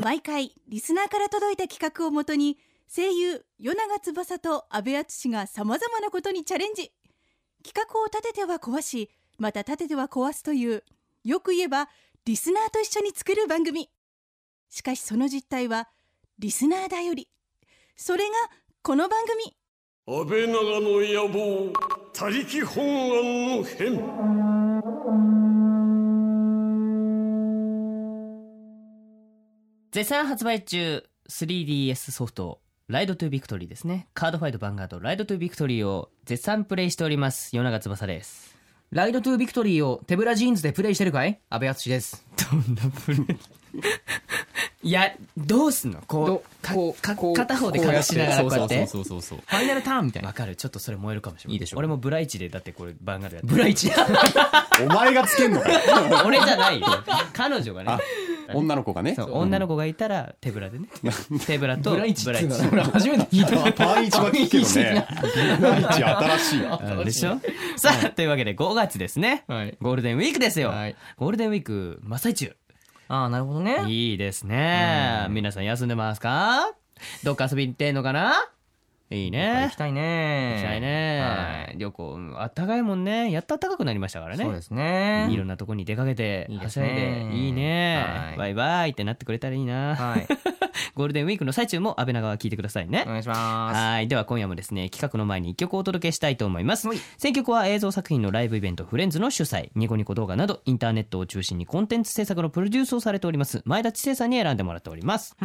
毎回リスナーから届いた企画をもとに声優与永翼と阿部淳がさまざまなことにチャレンジ企画を立てては壊しまた立てては壊すというよく言えばリスナーと一緒に作る番組しかしその実態はリスナーだよりそれがこの番組安倍長の野望他力本願の変絶賛発売中 3DS ソフトライドトゥビクトリーですねカードファイトバンガードライドトゥビクトリーを絶賛プレイしております夜永翼ですライドトゥービクトリーを手ぶらジーンズでプレイしてるかい安部淳です。どんなプレイ いやどうすんのこどうかこうかこう片方で隠しながらこうやってそうそうそうそうそうそうファイナルターンみたいわな。かるちょっとそれ燃えるかもしれないいいでしょ俺もブライチでだってこれバンガードやってブライチ。お前がつけんのかよ 俺じゃないよ彼女がねあ 女の子がねそう女の子がいたら手ぶらでね手ぶらとブライチ俺初めて聞いたわ。パーイチは聞くけどねパーイチ新しいようんでしょさあというわけで5月ですねはい。ゴールデンウィークですよ、はいゴールデンウィーク真っ最中ああ、なるほどね。いいですね皆さん休んでますかどっか遊びに行ってんのかないい行ねきたいね。行きたいね、はい旅行うんあったかいもんねやっと暖かくなりましたからねそうですね。いろんなとこに出かけていいはでしすゃねいでいいねはいバイバイってなってくれたらいいな、はい。ゴールデンウィークの最中も安倍長は聞いてくださいね、お願いしまはいでは今夜もですね企画の前に一曲をお届けしたいと思いますはい選曲は映像作品のライブイベントフレンズの主催ニコニコ動画などインターネットを中心にコンテンツ制作のプロデュースをされております前田知世さんに選んでもらっておりますす。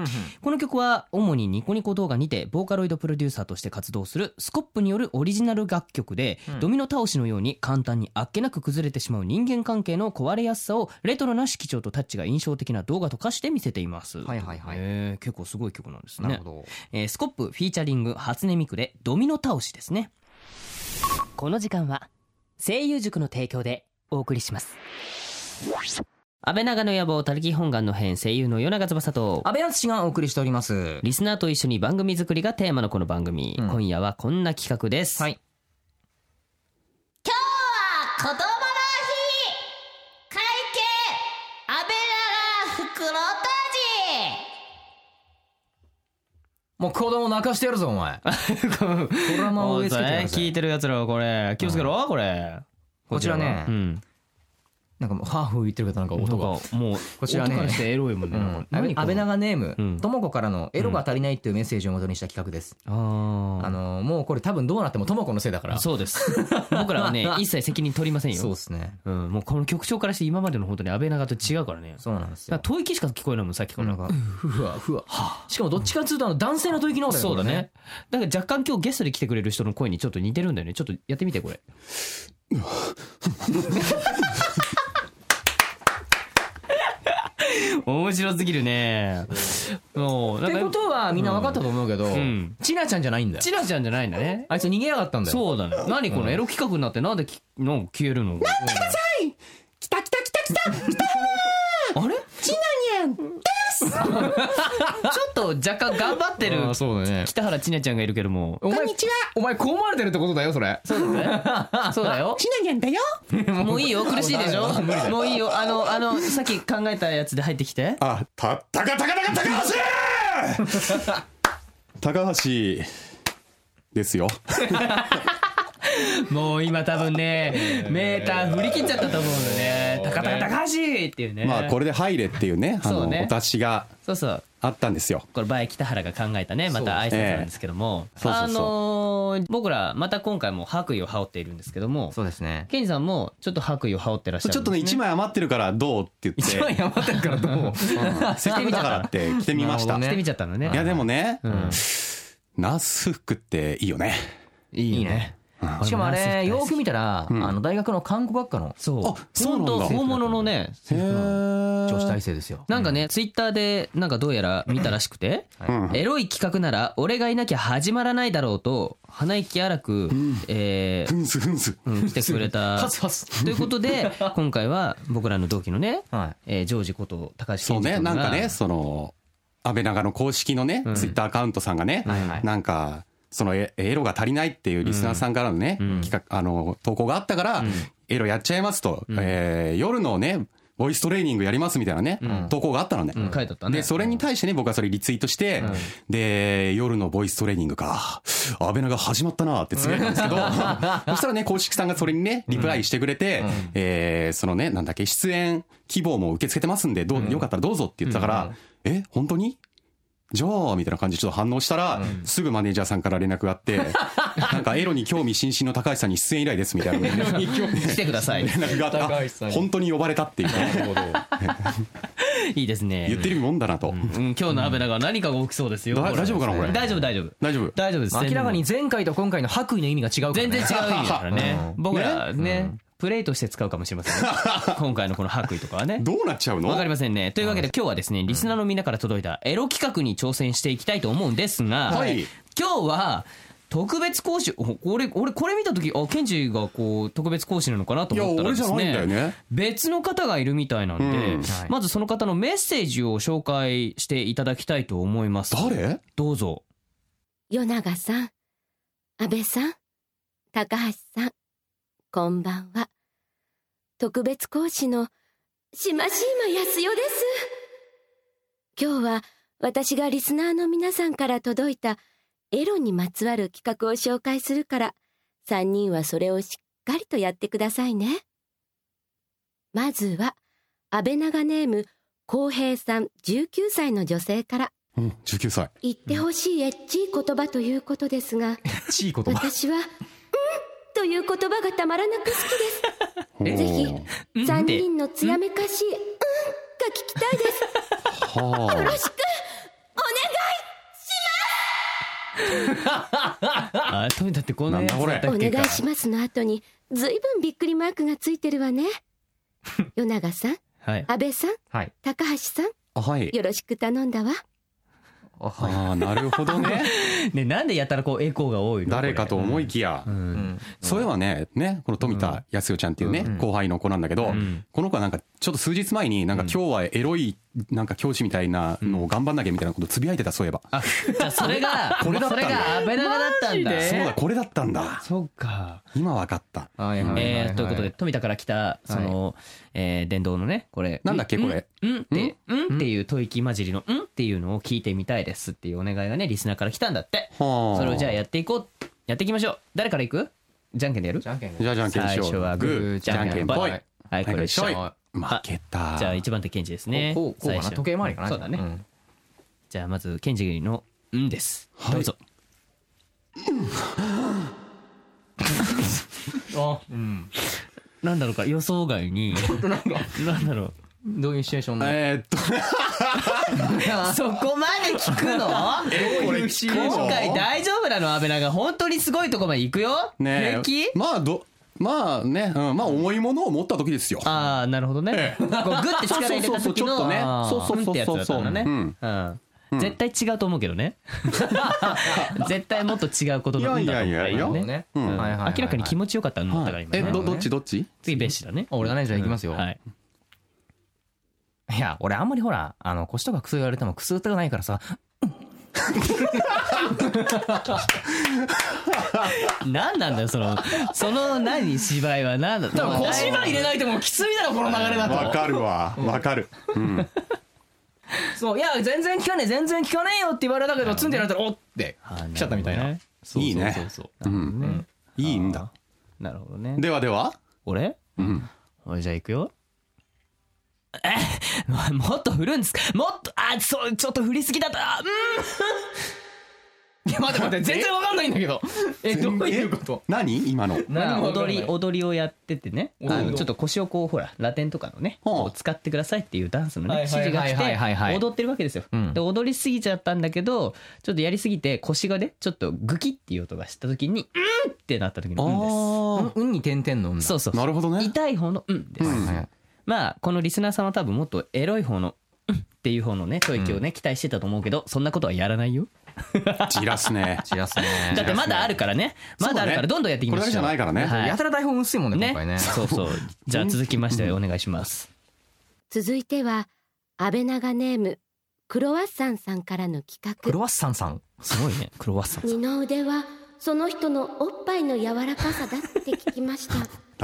この曲は主にニコニコ動画にてボーカロイドプロデューサーとして活動するスコップによるオリジナル楽曲で、うんドミノ倒しのように簡単にあっけなく崩れてしまう人間関係の壊れやすさをレトロな色調とタッチが印象的な動画と化して見せています。はいはいはいえー結構すごい曲なんですね。なるほど。えースコップフィーチャリング初音ミクでドミノ倒しですねこの時間は声優塾の提供でお送りします安倍長の野望たるき本願の編声優の与永翼と安倍淳がお送りしております。リスナーと一緒に番組作りがテーマのこの番組、うん今夜はこんな企画です、はい子供の日会計安倍長袋ともう子供泣かしてやるぞ、お前。 ドラマをお植えいそ付けてやれる聞いぜ。てるやつらはこれ気をつけろ、これこちらねうん、なんかもう、ハーフ言ってるけど、なんか音が。もうこちらね音からしてエロいもんうね、ん、安何倍こ安れ倍長ネーム、うんともこからのエロが足りないっていうメッセージを元にした企画です。あーあのーもうこれ多分どうなってもともこのせいだから。そうです僕らは ね一切責任取りませんよそうですね。うん、もうこの曲調からして今までの本当に安倍長と違うからねそうなんですだからよ。吐息しか聞こえないもんさっきかならんか、ふわふわ。しかもどっちかっていうと、あの、男性の吐息の方だよそうだね。だから若干今日ゲストで来てくれる人の声にちょっと似てるんだよねちょっとやってみ てこれ 面白すぎるねもうなこんれねってこかとは、みんな分かったと思うけどん、ちなちゃんじゃないんだよチ。ラちゃんじゃないんだねあいつ逃げやがったんだよ。そうだね何このエロ企画になってなんできなんか消えるの来た来た来た来たあれち なにゃんですちょっと若干頑張ってるあーそうだね。北原千奈ちゃんがいるけどもこんにちは。お前、こう思われてるってことだよ、それ。そうだねそうだよちなにゃんだよもういい よ苦しいでしょもういいよあのあのさっき考えたやつで入ってきてあたたかたかたか高橋高橋ですよもう今多分ねメーター振り切っちゃったと思うのね「高高高橋!」っていうねまあこれで入れっていうねあそうのねお達しがそうそうあったんですよこれバイ北原が考えたねまた挨拶なんですけどもそうそあうそうのー僕らまた今回も白衣を羽織っているんですけどもそうですね。ケンジさんもちょっと白衣を羽織ってらっしゃるちょっとね1枚余ってるからどうって言って一番やばってるからどううん せっかくだからって着てみま した、なる来てみちゃったのねいやでもね、うんナース服っていいよねいいいね。しかもあれ、よく見たら、あうんの、大学の看護学科のそうあそうなんだ本当本物のねへー女子大生ですよ。なんかね、ツイッターでなんかどうやら見たらしくて、うんエロい企画なら俺がいなきゃ始まらないだろうと鼻息荒く、えふんすふんすーうん来てくれた パスパス。ということで今回は僕らの同期のね、はい。えージョージこと高橋そう健二ね君がなんかねその安倍長の公式のね、ツイッターアカウントさんがね、はいはいなんかそのエエロが足りないっていうリスナーさんからのね、企画あの投稿があったから、エロやっちゃいますと、えー夜のねボイストレーニングやりますみたいなね、投稿があったのね。うん書いてあったねで、それに対してね、僕はそれリツイートして、で、夜のボイストレーニングか、安倍長始まったなってつぶやいたんです けど、そしたらね、公式さんがそれにね、リプライしてくれて、えーそのね、なんだっけ、出演希望も受け付けてますんで、どう、よかったらどうぞって言ってたから、え、本当にじゃあ、みたいな感じでちょっと反応したら、すぐマネージャーさんから連絡が あって、なんかエロに興味津々の高橋さんに出演以来ですみたいな。連来てください絡があ高っ橋さんて、に本当に呼ばれたっていうね、 いいですね言ってるもんだなと。うん、今日のアベナが何かが起きそうですよ。だほら大丈夫かなこれ大丈夫、大丈夫。大丈夫大丈夫です。明らかに前回と今回の白衣の意味が違うから全ね 然違う意味だからね。う僕らね、プレイとして使うかもしれま せんね。今回のこの白衣とかはね。どうなっちゃうのわかりませんね。というわけで今日はですね、リスナーのみんなから届いたエロ企画に挑戦していきたいと思うんですが、はい今日は、特別講師、お俺、俺、これ見たとき、あ、ケンジがこう、特別講師なのかなと思ったらですね。いや俺じゃないんだよね別の方がいるみたいなんで、うんはいまずその方のメッセージを紹介していただきたいと思います。誰どうぞ。与永さん、安倍さん、高橋さん、こんばんは。特別講師の島島康代です。今日は私がリスナーの皆さんから届いたエロにまつわる企画を紹介するから、3人はそれをしっかりとやってくださいね。まずは、安倍長ネーム、浩平さん19歳の女性から。うん、19歳。言ってほしいエッチい言葉ということですが、ちい言 葉私は、うんという言葉がたまらなく好きです。おーぜひうん3って人のつやめかしい、うんが聞きたいで す。はあ、とにだってこのやつなんだこれだったおっけか願いしますの後に、ずいぶんびっくりマークがついてる わね。与永さん、はい。安倍さん、はい高橋さん、あ。はい。よろしく頼んだわ。ああ、なる ほどね。ね、なんでやたらこうエコーが多いの誰かと思いきや。うんそういえばね、ね、この富田康代ちゃんっていうね、後輩の子なんだけど、この子はなんか、ちょっと数日前に、なんか今日はエロい、なんか教師みたいなのを頑張んなきゃみたいなことつぶやいてた、そういえば。あ、じゃあそれが、 これだったそんだれがアベナガだったんだ。そうだ、これだったんだ。そうか。今わかった。はいはいはいえー、ということで、富田から来た、その、えー電動のね、これ。なんだっけ、これ。うんって、うんっていう吐息混じりの、うんっていうのを聞いてみたいですっていうお願いがね、リスナーから来たんだって。はあそれをじゃあやっていこう。やっていきましょう。誰からいくじゃんけんでやるじゃんけんじゃあ、じゃんけんし最よう。初はグー、じゃんけんぽい。はい、はいこはれい一緒。はいじ負けた。ゃあ一番手ケンジですね。こうこうか最な初時計回りかなそうだね。んじゃあまずケンジの「うん」です、はいどうぞ あ、なんだろうか予想外になんだろどういうシチュエーションのえーっと、うそこまで聞くのこれ聞くの今回大丈夫なの安倍長本当にすごいとこまで行くよ 平ね気まあどまあね、うん、まあ重いものを持った時ですよ。ああなるほどね、こうグッて力入れたそうそうそうち時ょっとのねあーそうそうそうそうんってやつだったんだね、うんうん絶対違うと思うけど ね絶対もっと違うことのうんだと思うからいやいやいやいやねねうんはいはいはいはい明らかに気持ちよかったのだから今えねどどっちどっち？次ベッシだね俺だねじゃあいきますよはいいや俺あんまりほらあの腰とかクソ言われてもクソ歌がないからさ何なんだよそ のその何芝居は何だ多が入れないともうきついだろこの流れわかるわ、わかる。うん。そういや全然聞かねえ全然聞かねえよって言われたけどツンって言われたらおっって来来ちゃったみたいないいねそうそううそうそうんねいいんだ。なるほどねではでは、俺ん俺じゃあ行くよえ もっと振るんですかもっとあそうちょっと振りすぎだったあいや待って待って全然わかんないんだけどえどういうこと何今の？うんまあ何もわかんな踊いり踊りをやっててね踊りあのちょっと腰をこうほらラテンとかのねほうこう使ってくださいっていうダンスのねはい指はい示が来はいはいはいはてい踊ってるわけですようんで踊りすぎちゃったんだけどちょっとやりすぎて腰がねちょっとグキっていう音がした時に「うん!」ってなった時の「うん」であうんに点々のうんだすそうそうあ、なるほどね。痛い方の「うん」ですうんはいはいまあこのリスナーさんは多分もっとエロい方の「うん」っていう方のね吐息をね期待してたと思うけどそんなことはやらないよじらすね。散らすねだってまだあるからねまだあるからどんどんやっていきこまれしょだうけじゃないからね。はいやたら台本薄いもんね今回ねねそう そうじゃあ続きましてお願いします続いては、安倍長ネーム、クロワッサンさんからの企ク画ロ。ワッサンさんすごいねクロワッサン二の腕は、その人のおっぱいの柔らかさだって聞きました。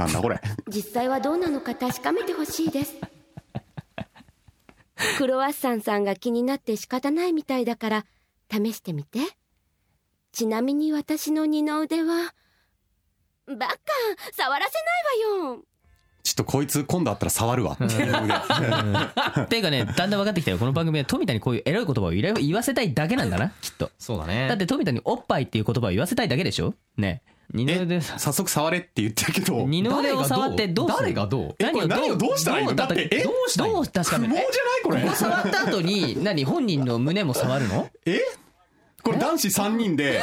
なんだこれ。実際はどうなのか確かめてほしいですクロワッサンさんが気になって仕方ないみたいだから試してみてちなみに私の二の腕はバカ触らせないわよちょっとこいつ今度会ったら触るわ。っていうかねだんだん分かってきたよこの番組は富田にこういうエロい言葉を入れ言わせたいだけなんだなきっとそうだだっね。て富田におっぱいっていう言葉を言わせたいだけでしょね二の腕さ早速触れって言ったけど、二の腕を触ってどうする誰がどうえこれ何をどうしたらいいどのうだってえどうしたらいいのどう確か不毛めじゃなるいこれ。触った後に何本人の胸も触るのえこれ男子3人で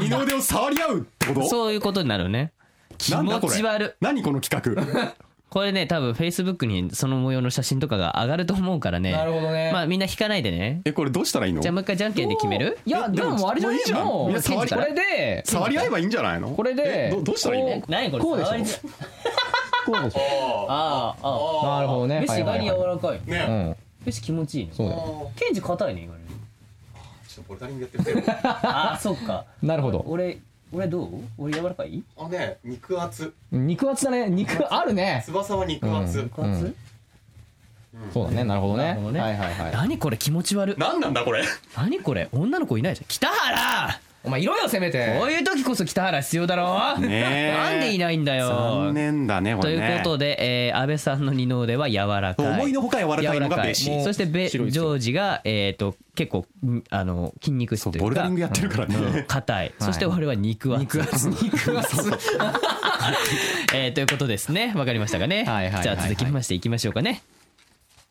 二の腕を触り合うってことそういうことになるね気なんだ持これち悪い何この企画これね多分フェイスブックにその模様の写真とかが上がると思うからねほどねま あみんな引かないでねえこれどうしたらいいのじゃあもう一回じゃんけんで決めるいや、でもあれじゃないいいじゃんもうみんな触りこれで、触り合えばいいんじゃないのこれでえどどうしたらいいのこ何これこうでしょ触りづこうでしょ。あああなるほどあね。飯がはい柔はいはいらかいうん、飯気持ちいいねそうだよ。ケンジ硬いね 今ねちょっとボルダリングやってみてよ あそっかなるほど。俺俺どう俺柔らかいあね肉厚肉厚だね。肉あるね。翼はう肉ん肉厚そうだね。なるほどね。なるほどねはいはいはい。何これ気持ち悪い何なんだこれ何これ女の子いないじゃん北原お前いろよせめこて。ういう時こそ北原必要だろねえなんでいないんだよ残念だねことれいうねことで、えー安倍さんの二の腕は柔らかい思いのほか柔らかいのがベーシ柔らかいそしてベジ白いョですージが、えー、と結構んあの筋肉質そうとボいうルダかリングやってるからね 硬いそして我々は肉厚肉厚。肉厚。 えーということですねわかりましたかねはいはいはいはいじゃあ続きましていきましょうかね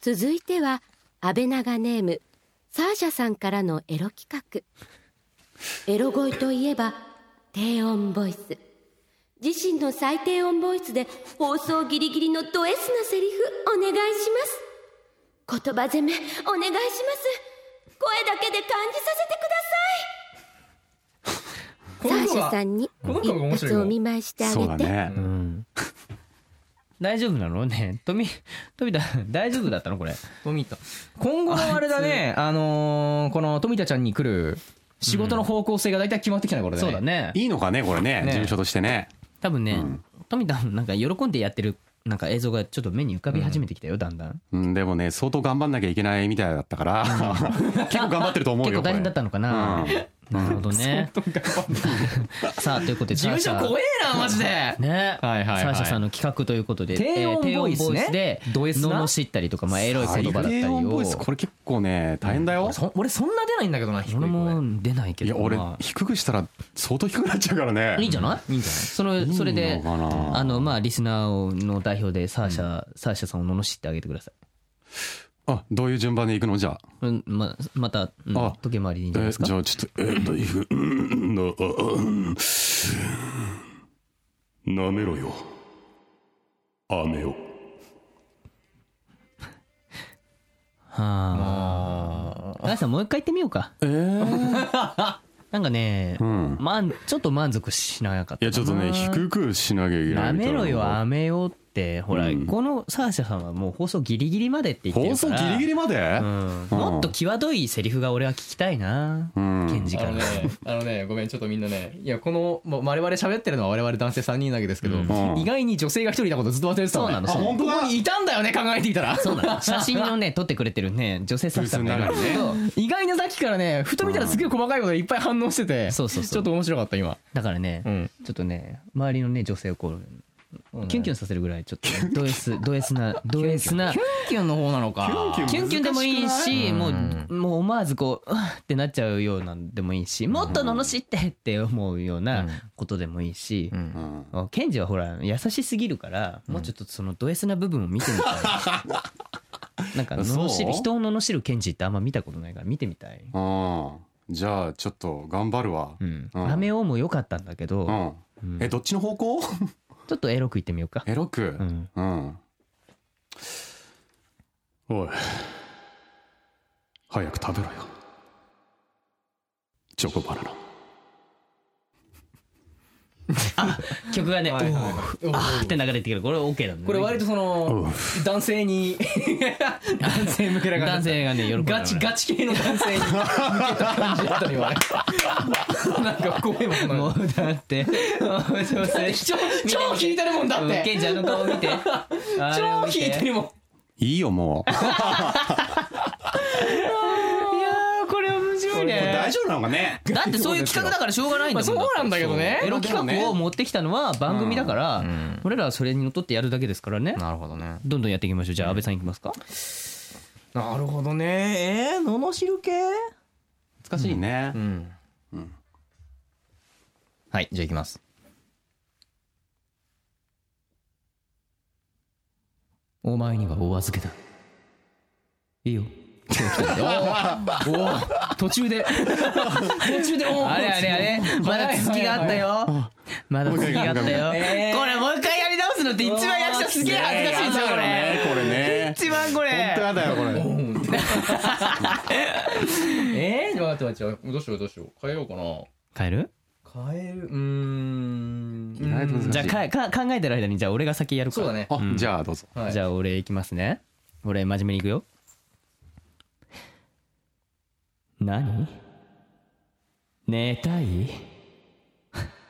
続いては安倍長ネームサーシャさんからのエロ企画エロ声といえば低音ボイス自身の最低音ボイスで放送ギリギリのド S なセリフお願いします言葉攻めお願いします声だけで感じさせてくださいサーシャさんにこの子が面一白い発よお見舞いしてあげそうだて、ね大丈夫なのね富富田大丈夫だったのこれ富田今後のあれだねあのーこの富田ちゃんに来る仕事の方向性が大体決まってきたねこれそうだねいいのかねこれねね事務所としてね多分ね富田もなんか喜んでやってるなんか映像がちょっと目に浮かび始めてきたよだんだんうんでもね相当頑張んなきゃいけないみたいだったから 結構頑張ってると思う結よ構大変だったのかなこれなるほどねさあということで事務所サーシャ怖えなマジでね、はいはいはいサーシャさんの企画ということで低音ボイスねえー低音ドボイ S スでな罵ったりとか、まあ、エロい言葉だったり最低音ボをイスこれ結構ね大変だよそ俺そんな出ないんだけどな低い俺声も出ないけいどや俺まあ低くしたら相当低くなっちゃうからねいいんじゃないいいんじゃないそのそれいでいのかなあのまあリスナーの代表でサーシャ、サーシャさんを罵ってあげてくださいあどういう順番でいくのじゃあうんままた、うんあ時計回りでいいんじゃないえですかじゃあちょっとえっといくうんなうんなめろよ雨をはあ高橋さんもう一回言ってみようかえーなんかね、んまんちょっと満足しなかったいやちょっとね低くしなきゃいけないなみためいろよアメよってほら、うんこのサーシャさんはもう放送ギリギリまでって言って放るか送ギらリギリまでうんうんもっと際どいセリフが俺は聞きたいな、うんケンジあからのね、あのね、ごめん、ちょっとみんなね、いや、この、もう我々喋ってるのは我々男性3人だけですけど、ん意外に女性が一人いたことずっと忘れてたそうなのあそうなの本当だここにいたんだよね、考えていたら。そうなの写真をね撮ってくれてるね女性スタッフさんがいるんだけど意外にさっきからね、ふと見たらすげえ細かいことがいっぱい反応してて、そうそうそうちょっと面白かった、今。だからね、うんちょっとね周りのね女性をこうキュンキュンさせるぐらいちょっとねド S ド S なド S なキュンキュンの方なのか。キュンキュンでもいいしもうんうもう思わずこううわっってなっちゃうようなんでもいいしもっと罵ってって思うよううんなことでもいいし、うんうんケンジはほら優しすぎるから、もうちょっとそのド S な部分を見てみたいなんか罵そうる人を罵るケンジってあんま見たことないから見てみたい、あーじゃあちょっと頑張るわうんうんラメオも良かったんだけど、うんうんえどっちの方向ちょっとエロく言ってみようかエロくうんうんおい早く食べろよチョコバナナ曲がね「おはいはいーあー」って流れてくるこれ OK なんだねこれ割とその、男性 に、男性向けな感じ。男性がね喜ぶガチガチ系の男性に向けた感じだったの今ねなんか声ももうだ ってもうそうそれ超超聞いてるもんだっうんケてンジあの顔見てあれ超を見聞いてるもんいいよもう丈夫なのかねだってそういう企画だからしょうがないんだもんまあそうなんだけどねそうエロ企画を持ってきたのは番組だから、うん俺らはそれにのっとってやるだけですからねなるほどねどんどんやっていきましょうじゃあ安倍さんいきますか、なるほどねえー、罵る系難しいねう。んはいじゃあいきますお前にはお預けだいいよ途中で途中でおあれあれあれまだ続きがあったよまだ続きがあったよもう一回もう一回これもう一回やり直すのって一番役者すげえ恥ずかしいですよこれこれね。一番こ本当れやだよこれ。えー、待って待って待ってどうしようどうしよう変えようかな変える変えるうーん意外と難しいじゃあかか考えてる間にじゃあ俺が先やるかそうだねあじゃあどうぞ。はいじゃあ俺いきますね俺真面目にいくよ何寝たい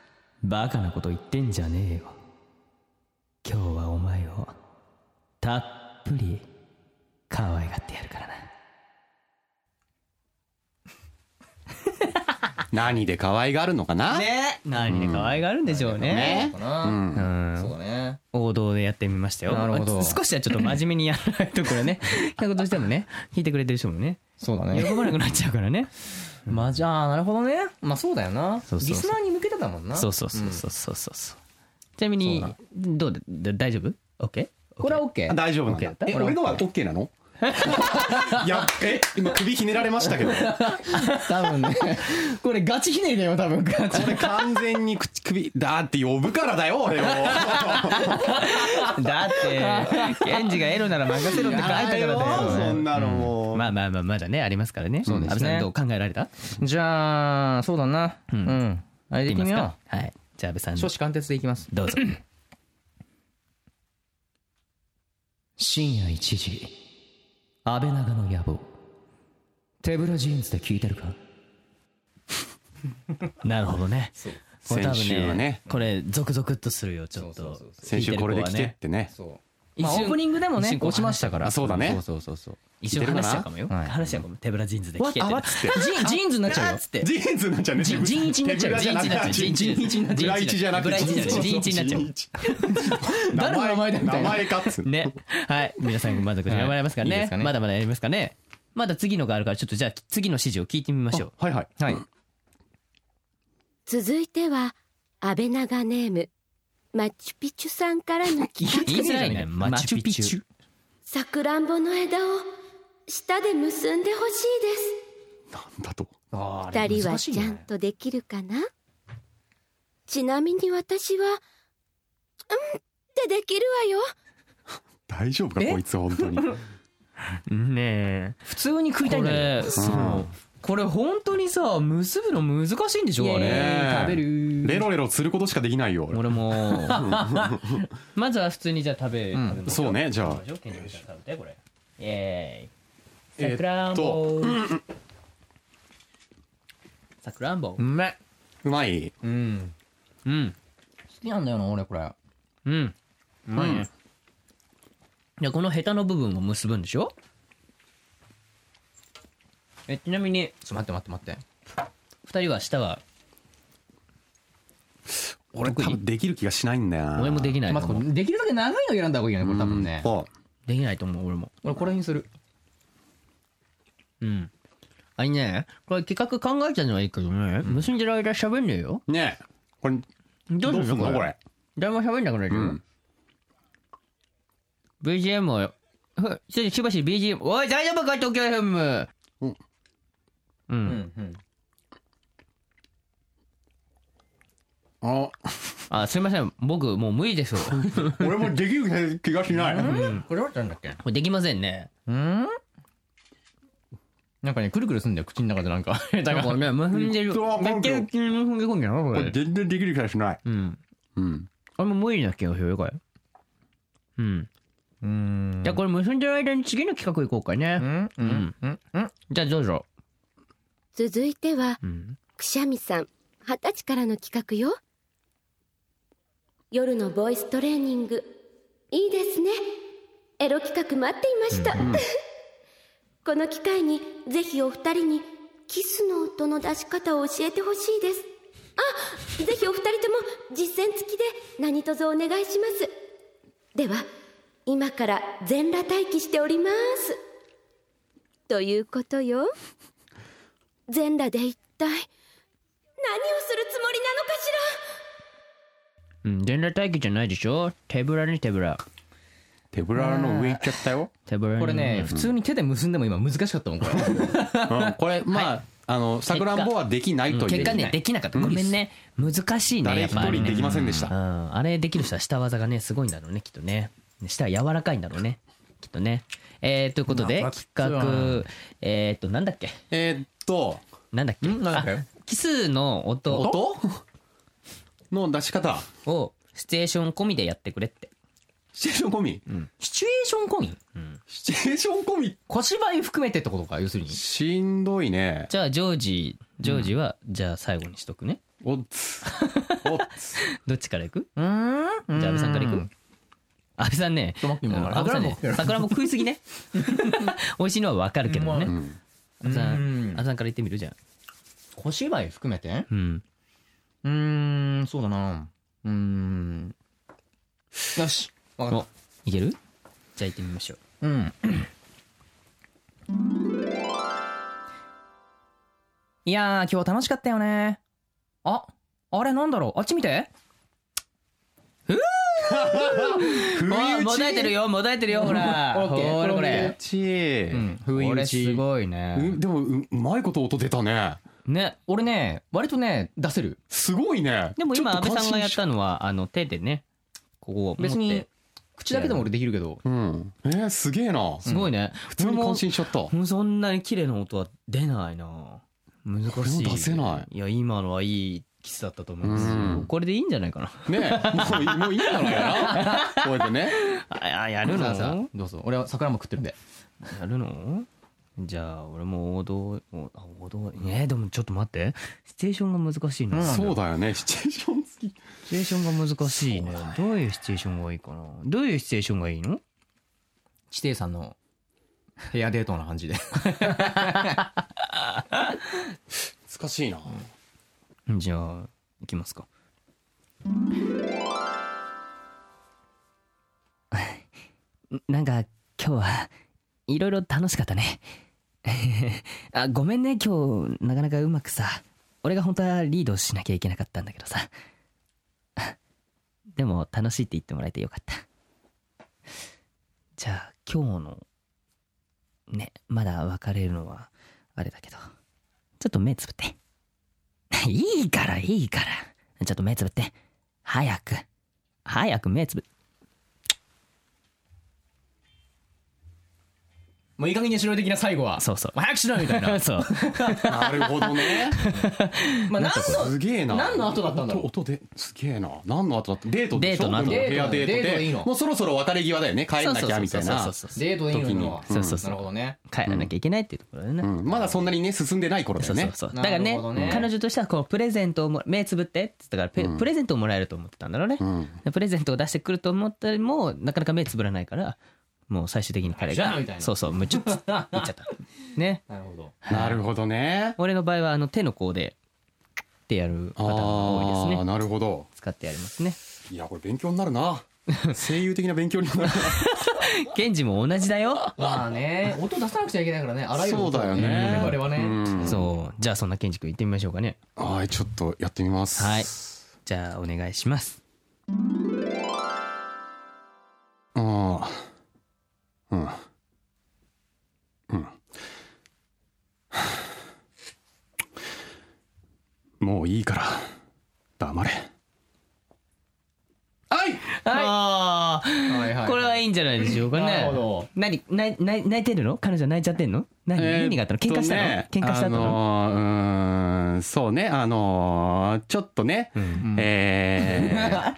バカなこと言ってんじゃねえよ今日はお前をたっぷり可愛がってやるからな何で可愛がるのかな。ね何で可愛がるんでしょうね,、かな、うんうんそうだね王道でやってみましたよなるほどまあ少しはちょっと真面目にやらないとこれ ね客としてもね聞いてくれてる人もねそうだ喜ばなくなっちゃうからねまあじゃあなるほどねまあそうだよなそうそうそうリスナーに向けてだもんなそうそうそうそうそうそうそうちなみにどうでだ大丈夫 ?OK? これは OK 大丈夫なんだ。え、俺のはオッケーなの？い や、え、今首ひねられましたけど。こ多分ね これガチひねりだよ多分ガチれ完全に口首だって呼ぶからだよ 俺を。だ ってケンジがエロなら任せろって書いたからだそよんなのもう。まあまあまあまだねありますからねそうですね安倍さんどう考えられたじゃあそうだなうん、あれでいいきまきますようかはいじゃあ安倍さん初子貫徹でいきますどうぞ深夜1時安倍長の野望手ぶらジーンズで聞いてるかなるほどねこれ多分先週はねこれゾクゾクっとするよちょっそうそうとそうそう先週これで来てってね。そうまあオ一瞬ープニングでも一ね瞬こう落ちましたからあそうだねそうそうそう一緒話しちゃうかもよ聞いてるかな話しちゃうかも手ぶらジーンズでわ聞けてるあわっつってジーンジーンズになっちゃうよつってジーンズになっちゃうね。ジジーンチになっちゃう 手ジぶーンらチじにゃなっなちゃくうてジーンチになっちゃうブライチじゃないブライチじゃなくてジーンチになっちゃうう誰の名前だよみたいなかっつうのね。はい。皆さん満足して頑張れますからはいねいいです。かねまだまだやりますかね。まだ次のがあるから、ちょっとじゃあ次の指示を聞いてみましょう。はいはいはい続いては安倍長ネームマチュピチュさんからの企画言いづらいね。マチュピチュ。さくらんぼの枝を舌で結んでほしいなんだとあーあでれす二人は難しいちねゃんとできるかなちなみに私はうんってできるわよ大丈夫かえこいつは本当 ねに。え。普通に食いたいこんだけれ、そううんこれ本当にさ、結ぶの難しいんでしょあイエれ。ーイ食べるレロレロすることしかできないよ俺俺 も。まずは普通にじゃあ食べ、ん食べましょそうねじゃ食べあましょうケンジ君から食べて、これ。イエーイ。えさくらんぼ。さくらんぼう。めえうまいうんうん。好きなんだよな俺これうん。うまいね。で、このヘタの部分を結ぶんでしょえ、ちなみに、ちょっと待って待って待って二人は舌は、俺得意多分できる気がしないんだよな俺もできないとまずこ思う。れできるだけ長いの選んだ方がいいよねこれ多分ねあできないと思う、俺も。俺これにするうん。あれね、これ企画考えたのはいいけどね、結んでる間喋んねえよ。ねえこれどうどうすするんののここれ。れ誰も喋んなくなるよ。うん BGM を、ふちょっとしばし BGM、おい、大丈夫か、東京 FM! うん。う。うんんああ、すいません。僕、もう無理 です。俺もできる気がしないこれはなんだっけこれできませんね。うんなんかねくるくるすんだよ口の中でなんか 下手なんがかね、結んでる。うわめっちゃなんか気に踏んでこんじゃんここれれ。全然できる気がしないうん。うんあんま無理な気がするよ、これ。うん。うんじゃあこれ結んでる間に次の企画いこうかうね。んううんん。じゃあどうぞ。続いてはうん。くしゃみさん二十歳からの企画よ夜のボイストレーニングいいですねエ ロ企画待っていました、この機会にぜひお二人にキスの音の出し方を教えてほしいですあぜひお二人とも実践付きで何卒お願いしますでは今から全裸待機しておりますということよ全裸で一体何をするつもりなのかしうん、全裸待機じゃないでしょ手ぶらに手ぶら。手ぶらの上行っちゃったよ。手ぶらに。これね、普通に手で結んでも今難しかっ たもん、これ。うんこれ、まあ、あの、さくらんぼはできないという。結果ね、できなかった。ごめんね。難しいね。誰やっ一ぱあれ人ねできませんでしうた。ん、あれできる人は下技がねすごいんだろうねきっとね下は柔らかいんだろうねきっとねえー、ということでまあ企画えー、っとなんだっけえーっと、なんだっけんなんだっけあ奇数の音音の出し方。をシチュエーション込みでやってくれってシチュエーション込み。シチュエーションコインシチュエーション込み。小芝居含めてってことか、要するに。しんどいね。じゃあジョージジョージは、じゃあ最後にしとくねおっつ。おっつ。どっちからいくうん。じゃあ安倍さんからいく安倍さんねちょっと待って今うん安倍さんね桜も桜も食いすぎね美味しいのはわかるけどもねううん安倍さんうん安倍さんから言ってみるじゃん小芝居含めてうんうーん、そうだな。うーん。よし。わかっおいけるじゃあ行ってみましょうた。うん。いやー、今日楽しかったよね。あ、あれなんだろうあっち見て。不おいもだえてるよもだえてるよほ らオッケーほらこ不意打れちうん。これすい。ごいうねでもううまいこと音出たねね俺ね、割とね、出せる。すごいねでも今ち安ょっと倍感さん心がやっしたのはあの手でねここを持って別に、口だけでも俺できるけど。うんえー、すげえなすごいね普通に感心しちゃったもうそんなに綺麗な音は出ないな難しいこれも出せないや今のはいいキスだったと思いますうんこれでいいんじゃないかなねえもういもういいんじゃないかなこうやってねああややるさあさのあどうぞ。俺は桜も食ってるんで。やるのじゃあ俺も王道おあ王道えーでもちょっと待ってシチュエーションが難しいなそうだよねシチュエーション付きシチュエーションが難しいねどういうシチュエーションがいいかなどういうシチュエーションがいいの地底さんの部屋デートな感 じで。難しいなじゃあ行きますか なんか今日はいろいろ楽しかったね あごめんね今日なかなかうまくさ俺が本当はリードしなきゃいけなかったんだけどさ でも楽しいって言ってもらえてよかったじゃあ今日のねまだ別れるのはあれだけどちょっと目つぶって いいからいいからちょっと目つぶって早く早く目つぶもういい加減にしろ的な最後は。そうそう。も早くしろよみたいな そうなるほどねまあ、何すげえな何の後だったんだろう音音ですげえな何の後だったデートでデーしょトの後でも部屋デートでデートでいいのもうそろそろ別れ際だよね帰んなきゃみたいなそうそうそうそうデートでいいの今は時にそうそうそうなるほどね。帰らなきゃいけないっていうところだよね、うんまだそんなにね進んでない頃だそようそうそうねだからなねるほどね彼女としてはこうプレゼントをも目つぶってって言ったからプレ,、プレゼントをもらえると思ってたんだろうね、うんでプレゼントを出してくると思ったりもなかなか目つぶらないからもう最終的に彼じがゃあみたいなそうそうむちゅっつって言っちゃ ったねなるほど。なるほどね俺の場合はあの手の甲でってやる方が多いであすーねなるほど使ってやりますねいやこれ勉強になるな声優的な勉強になるなケンジも同じだよまあね、音出さなくちゃいけないからね、あらゆるそう音だよね我々はね。そうじゃあそんなケンジ君行ってみましょうかねはいちょっとやってみますはいじゃあお願いしますああうんうんもういいから黙れはいあはいあこれはいいんじゃないでしょうかねなるほど何泣い泣いてるの彼女泣いちゃってんの何、何があったの喧嘩したの、えーっと喧ね嘩したあの、のーうーんそうねあのーちょっとね、えー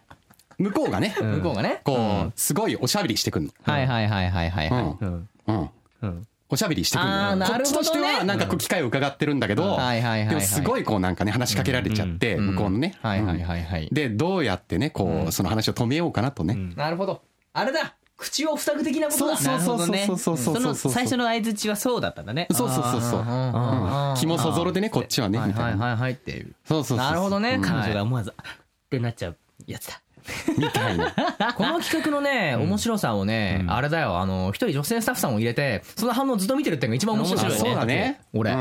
向こうがね、向こうがね。こう、すごいおしゃべりしてくんの、はいはいはいはいはいはい。うんうんうんうんおしゃべりしてくるあーなこるほどねっちとしてはなんかこう機会を伺ってるんだけど、はいはいはいはいでもすごいこうなんかね話しかけられちゃって、うん向こうのね、はいはいはいはい。でどうやってねこう、その話を止めようかなとね、んなるほど。あれだ口を塞ぐ的なことそだうそうそうそうそうそそうそうのそう最初の相づちはそうだったんだねそうそうそうそうあーうん肝そぞろでねこっちはねはいみはたいいなはいはいっていうそうそうそうなるほどねうん彼女が思わずあってなっちゃうやつだ みたいなこの企画のね、面白さをね、あれだよ、あの、一人女性スタッフさんを入れて、その反応ずっと見てるっていうのが一番面白いよね。あそうだね俺、う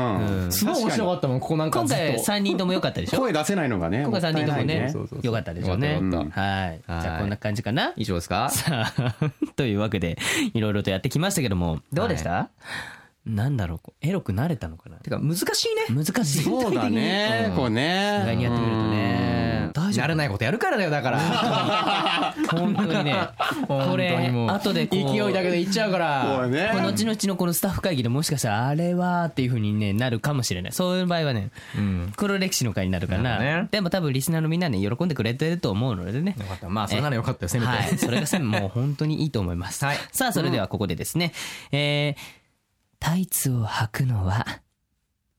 んすごい面白かったもん、ここなんか今ずっと。回3人とも良かったでしょ 声出せないのがね今回3人ともねそうそうそう良かったでしょうね良かったは良かいっじゃあこんな感じかな以上ですかさあ というわけでいろいろとやってきましたけどもどうでした、なんだろうこうエロくなれたのかなてか、難しいね。難しいそうだねこうね意外にやってみるとね大慣れないことやるからだよ、だ から。 本当にねこ本当れにもう後でこう勢いだけでいっちゃうかこらう。ねこの後々のこのスタッフ会議でもしかしたらあれはっていうふうに、ね、なるかもしれないそういう場合はね、黒歴史の会になるからなるほどねでも多分リスナーのみんなね喜んでくれてると思うのでねよかった。まあ、それならよかったよ、せめて。はい、それがせんもう本当にいいと思います、はいさあそれではここでですね、えータイツを履くのは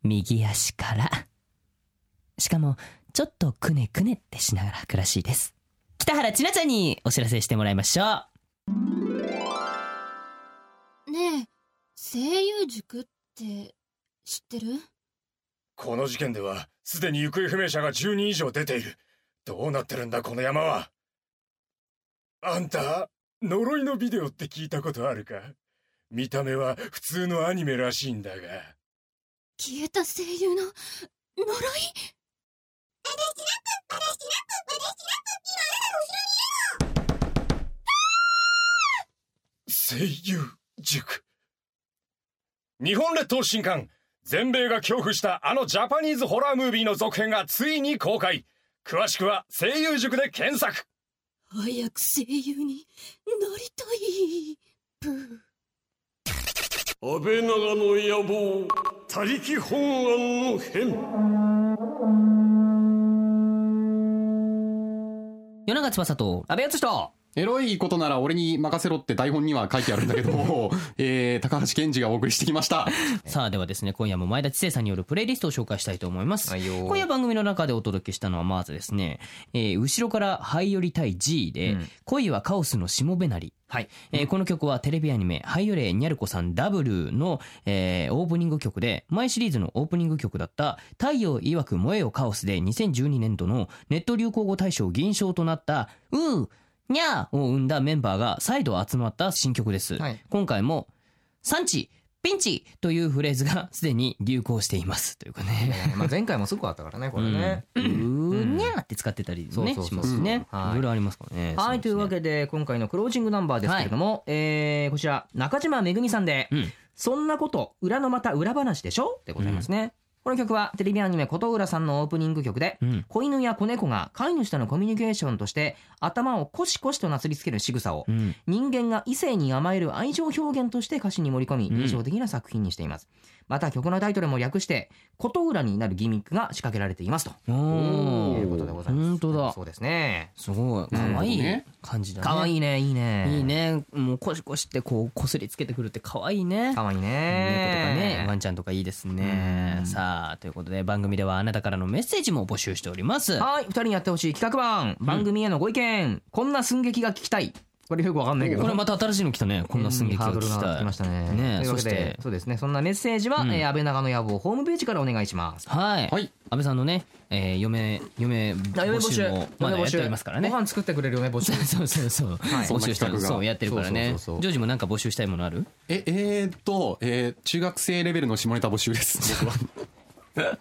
右足からしかもちょっとくねくねってしながら履くらしいです北原千奈ちゃんにお知らせしてもらいましょうねえ、声優塾って知ってるこの事件ではすでに行方不明者が10人以上出ているどうなってるんだこの山はあんた呪いのビデオって聞いたことあるか見た目は普通のアニメらしいんだが消えた声優の呪い声優塾日本列島新刊全米が恐怖したあのジャパニーズホラームービーの続編がついに公開詳しくは声優塾で検索早く声優になりたい。ブー安倍長の野望他力本願の変夜長翼と安倍やつ人エロいことなら俺に任せろって台本には書いてあるんだけど も、えー、高橋健二がお送りしてきました。さあではですね今夜も前田知世さんによるプレイリストを紹介したいと思います、はいよ今夜番組の中でお届けしたのはまずですね、えー後ろから「はいより対 G」で「うん恋はカオスのしもべなり」はいえーこの曲はテレビアニメ「はいよれにゃるこさん W」の、えーオープニング曲で毎シリーズのオープニング曲だった「太陽曰く燃えよカオス」で2012年度のネット流行語大賞銀賞となった「うーにゃー」を生んだメンバーが再度集まった新曲です、はい今回も「産地ピンチ!」というフレーズがすでに流行していますというかね。まあ、前回もすごかったからね、これね。うーにゃーって使ってたりそうねそうしそうますしね。はいいろいろありますからね。はい、というわけで、今回のクロージングナンバーですけれども、えーこちら、中島めぐみさんで、うんそんなこと、裏のまた裏話でしょでございますね。この曲は、テレビアニメ、琴浦さんのオープニング曲で、うん子犬や子猫が飼い主とのコミュニケーションとして、頭をコシコシとなすりつける仕草を、うん人間が異性に甘える愛情表現として歌詞に盛り込みうん印象的な作品にしています、また曲のタイトルも略して琴浦になるギミックが仕掛けられていますとおーいうことでございます本当だそうですねすごい可愛い感じだね。可愛いねいいねいいね。もうコシコシってこうこすりつけてくるって可愛いね。可愛いね猫とかね、ワンちゃんとかいいですね。さあ、ということで番組ではあなたからのメッセージも募集しております。はい二人にやってほしい企画版番組へのご意見、こんな寸劇が聞きたいこれよくわかんないけどこれまた新しいの来たね。こんな寸劇がハード聞ルきが上がってたきい。ましたねねというそわけしでて、そうですねそんなメッセージは、うんえー安倍長の野望ホームページからお願いしますはい。はい安倍さんのね、えー嫁、嫁募集もまだやっておりますからね。ご飯作ってくれる嫁 募集そうそうそう。募集したそんら、な企画がそうやってるからね。そジうそうそうそうョージもなんか募集したいものあるえ、えー、っと、えー、中学生レベルの下ネタ募集です。僕は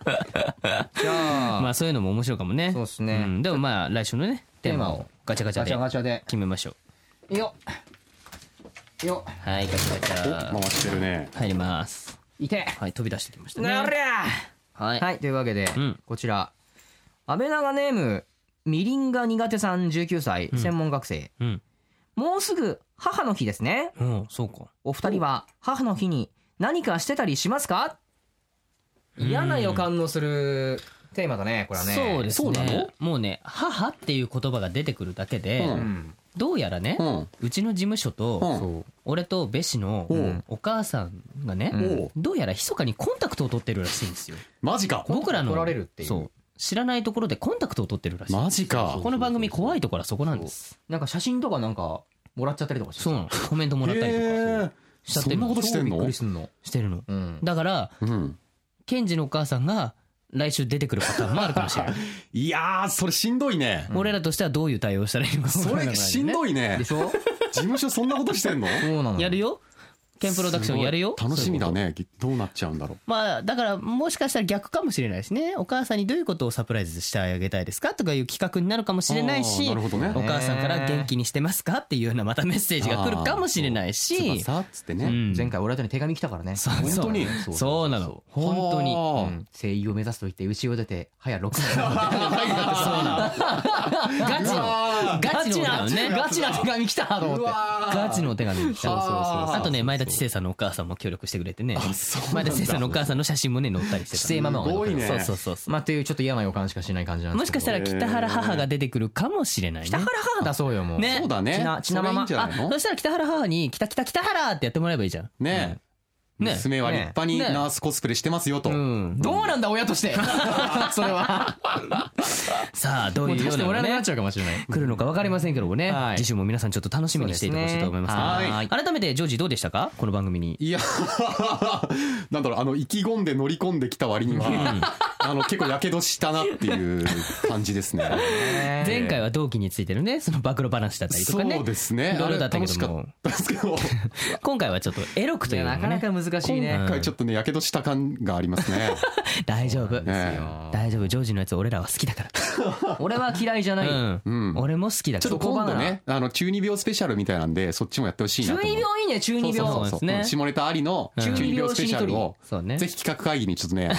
じゃあ、まあそういうのも面白いかもね。そうっすねんでもまあ来週のね、テーマテをーマをガチャガチャガチャガでチャで。決めましょう。よっ。よっ。はい、ガチャガチ回ャ。してるね。入ります。いて。はい、飛び出してきましたね。なりゃはい。はい、というわけで、んこちら。安倍長ネーム、みりんが苦手さん19歳、専門学生。うん。もうすぐ母の日ですね。うん、そうか。お二人は母の日に何かしてたりしますか嫌な予感のするテーマだね、これはね。そうですそうなねの。もうね、母っていう言葉が出てくるだけで、うんうん。どうやらねう、ん。うちの事務所うと、ん。そう。俺とべしのうんお母さんがねう、どうやら密かにコンタクトを取ってるらしいんですよ。マジか。僕らの取られるっていうそう知らないところでコンタクトを取ってるらしいマジかこの番組怖いところはそこなんですなんか写真とかなんか、もらっちゃったりとかしてそうなのコメントもらったりとかそうしちゃってるそんなことしてんそうびのっくりすんのしてるのうんだからうん。ケンジのお母さんが来週出てくるパターンもあるかも しれないいやー、それしんどいね。俺らとしてはどういう対応したらいいのかそれしんいどいねで。しょ事務所そんなことしてんのそうなのやるよ ケンプロダクションやるよすごい楽しみだそういうことね。どうなっちゃうんだろう。まあだからもしかしたら逆かもしれないですねお母さんにどういうことをサプライズしてあげたいですかとかいう企画になるかもしれないしあーなるほどねお母さんから元気にしてますかっていうようなまたメッセージが来るかもしれないしさっつってうね。ん前回俺らとに手紙来たからねそう本当に。そうそうなの本当にうはあん声優を目指すと言って牛を出て早6年 ガチのガチのだよねガチな手紙来たと思ってガチのお手紙来たそうそうそうあとね前田知世さんのお母さんも協力してくれてねあそうな前んだ田知世さんのお母さんの写真もね載ったりしてた姿勢ママはすごいねそうそうそうそうまあというちょっと嫌な予感しかしない感じなんもでしすけかどしたら北原母が出てくるかもしれないね北原母だそうよもうねそうだちねな。ちなままそれいいんじゃないあのそしたら北原母に「北北北原!」ってやってもらえばいいじゃんねえ。ね娘は立派にねナースコスプレしてますよと。うんどうなんだ親として それはさあどうもういう出ようしてなもらのえなくなねっちゃうかもしれない来るのか分かりませんけどもねはい次週も皆さんちょっと楽しみにしていてほしいと思いますそうですねははいい改めてジョージどうでしたかこの番組にいや、 なんだろう、あの、意気込んで乗り込んできた割には、あの、結構やけどしたなっていう感じですね。前回は同期についてのねその暴露話だったりとそかねうですね。どあれれだったけ楽しかどっもたですけど、今回はちょっとエロくというのもね難しい今回ちょっとね、やけどした感がありますね。大丈夫ね大丈夫ジョージのやつ俺らは好きだか俺は嫌いじゃらないうんう ん俺も好きだちかょっとら今度ね、あの、中二病スペシャルみたいなんで、そっちもやってほしいな中と思う。二病いいね中二そう病そうそうね下ネタありのうん中二病スペシャルをそうねぜひ企画会議にちょっとね、あの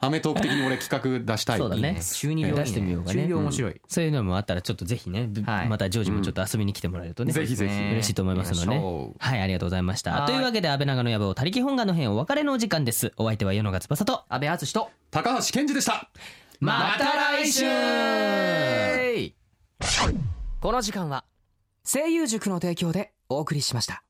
アメトーク的に俺企画出したい。そうだね中二病出してみようか中ね二病面白いそういうのもあったらちょっとぜひね、ぶはいまたジョージもちょっと遊びに来てもらえるとね、ぜひぜひ。嬉しいと思いますので行きましょねうはいありがとうございましはたいというわけで安倍長の野望他力本願の編お別れのお時間ですお相手は世野が翼と安倍敦と高橋健二でした。また来週この時間は声優塾の提供でお送りしました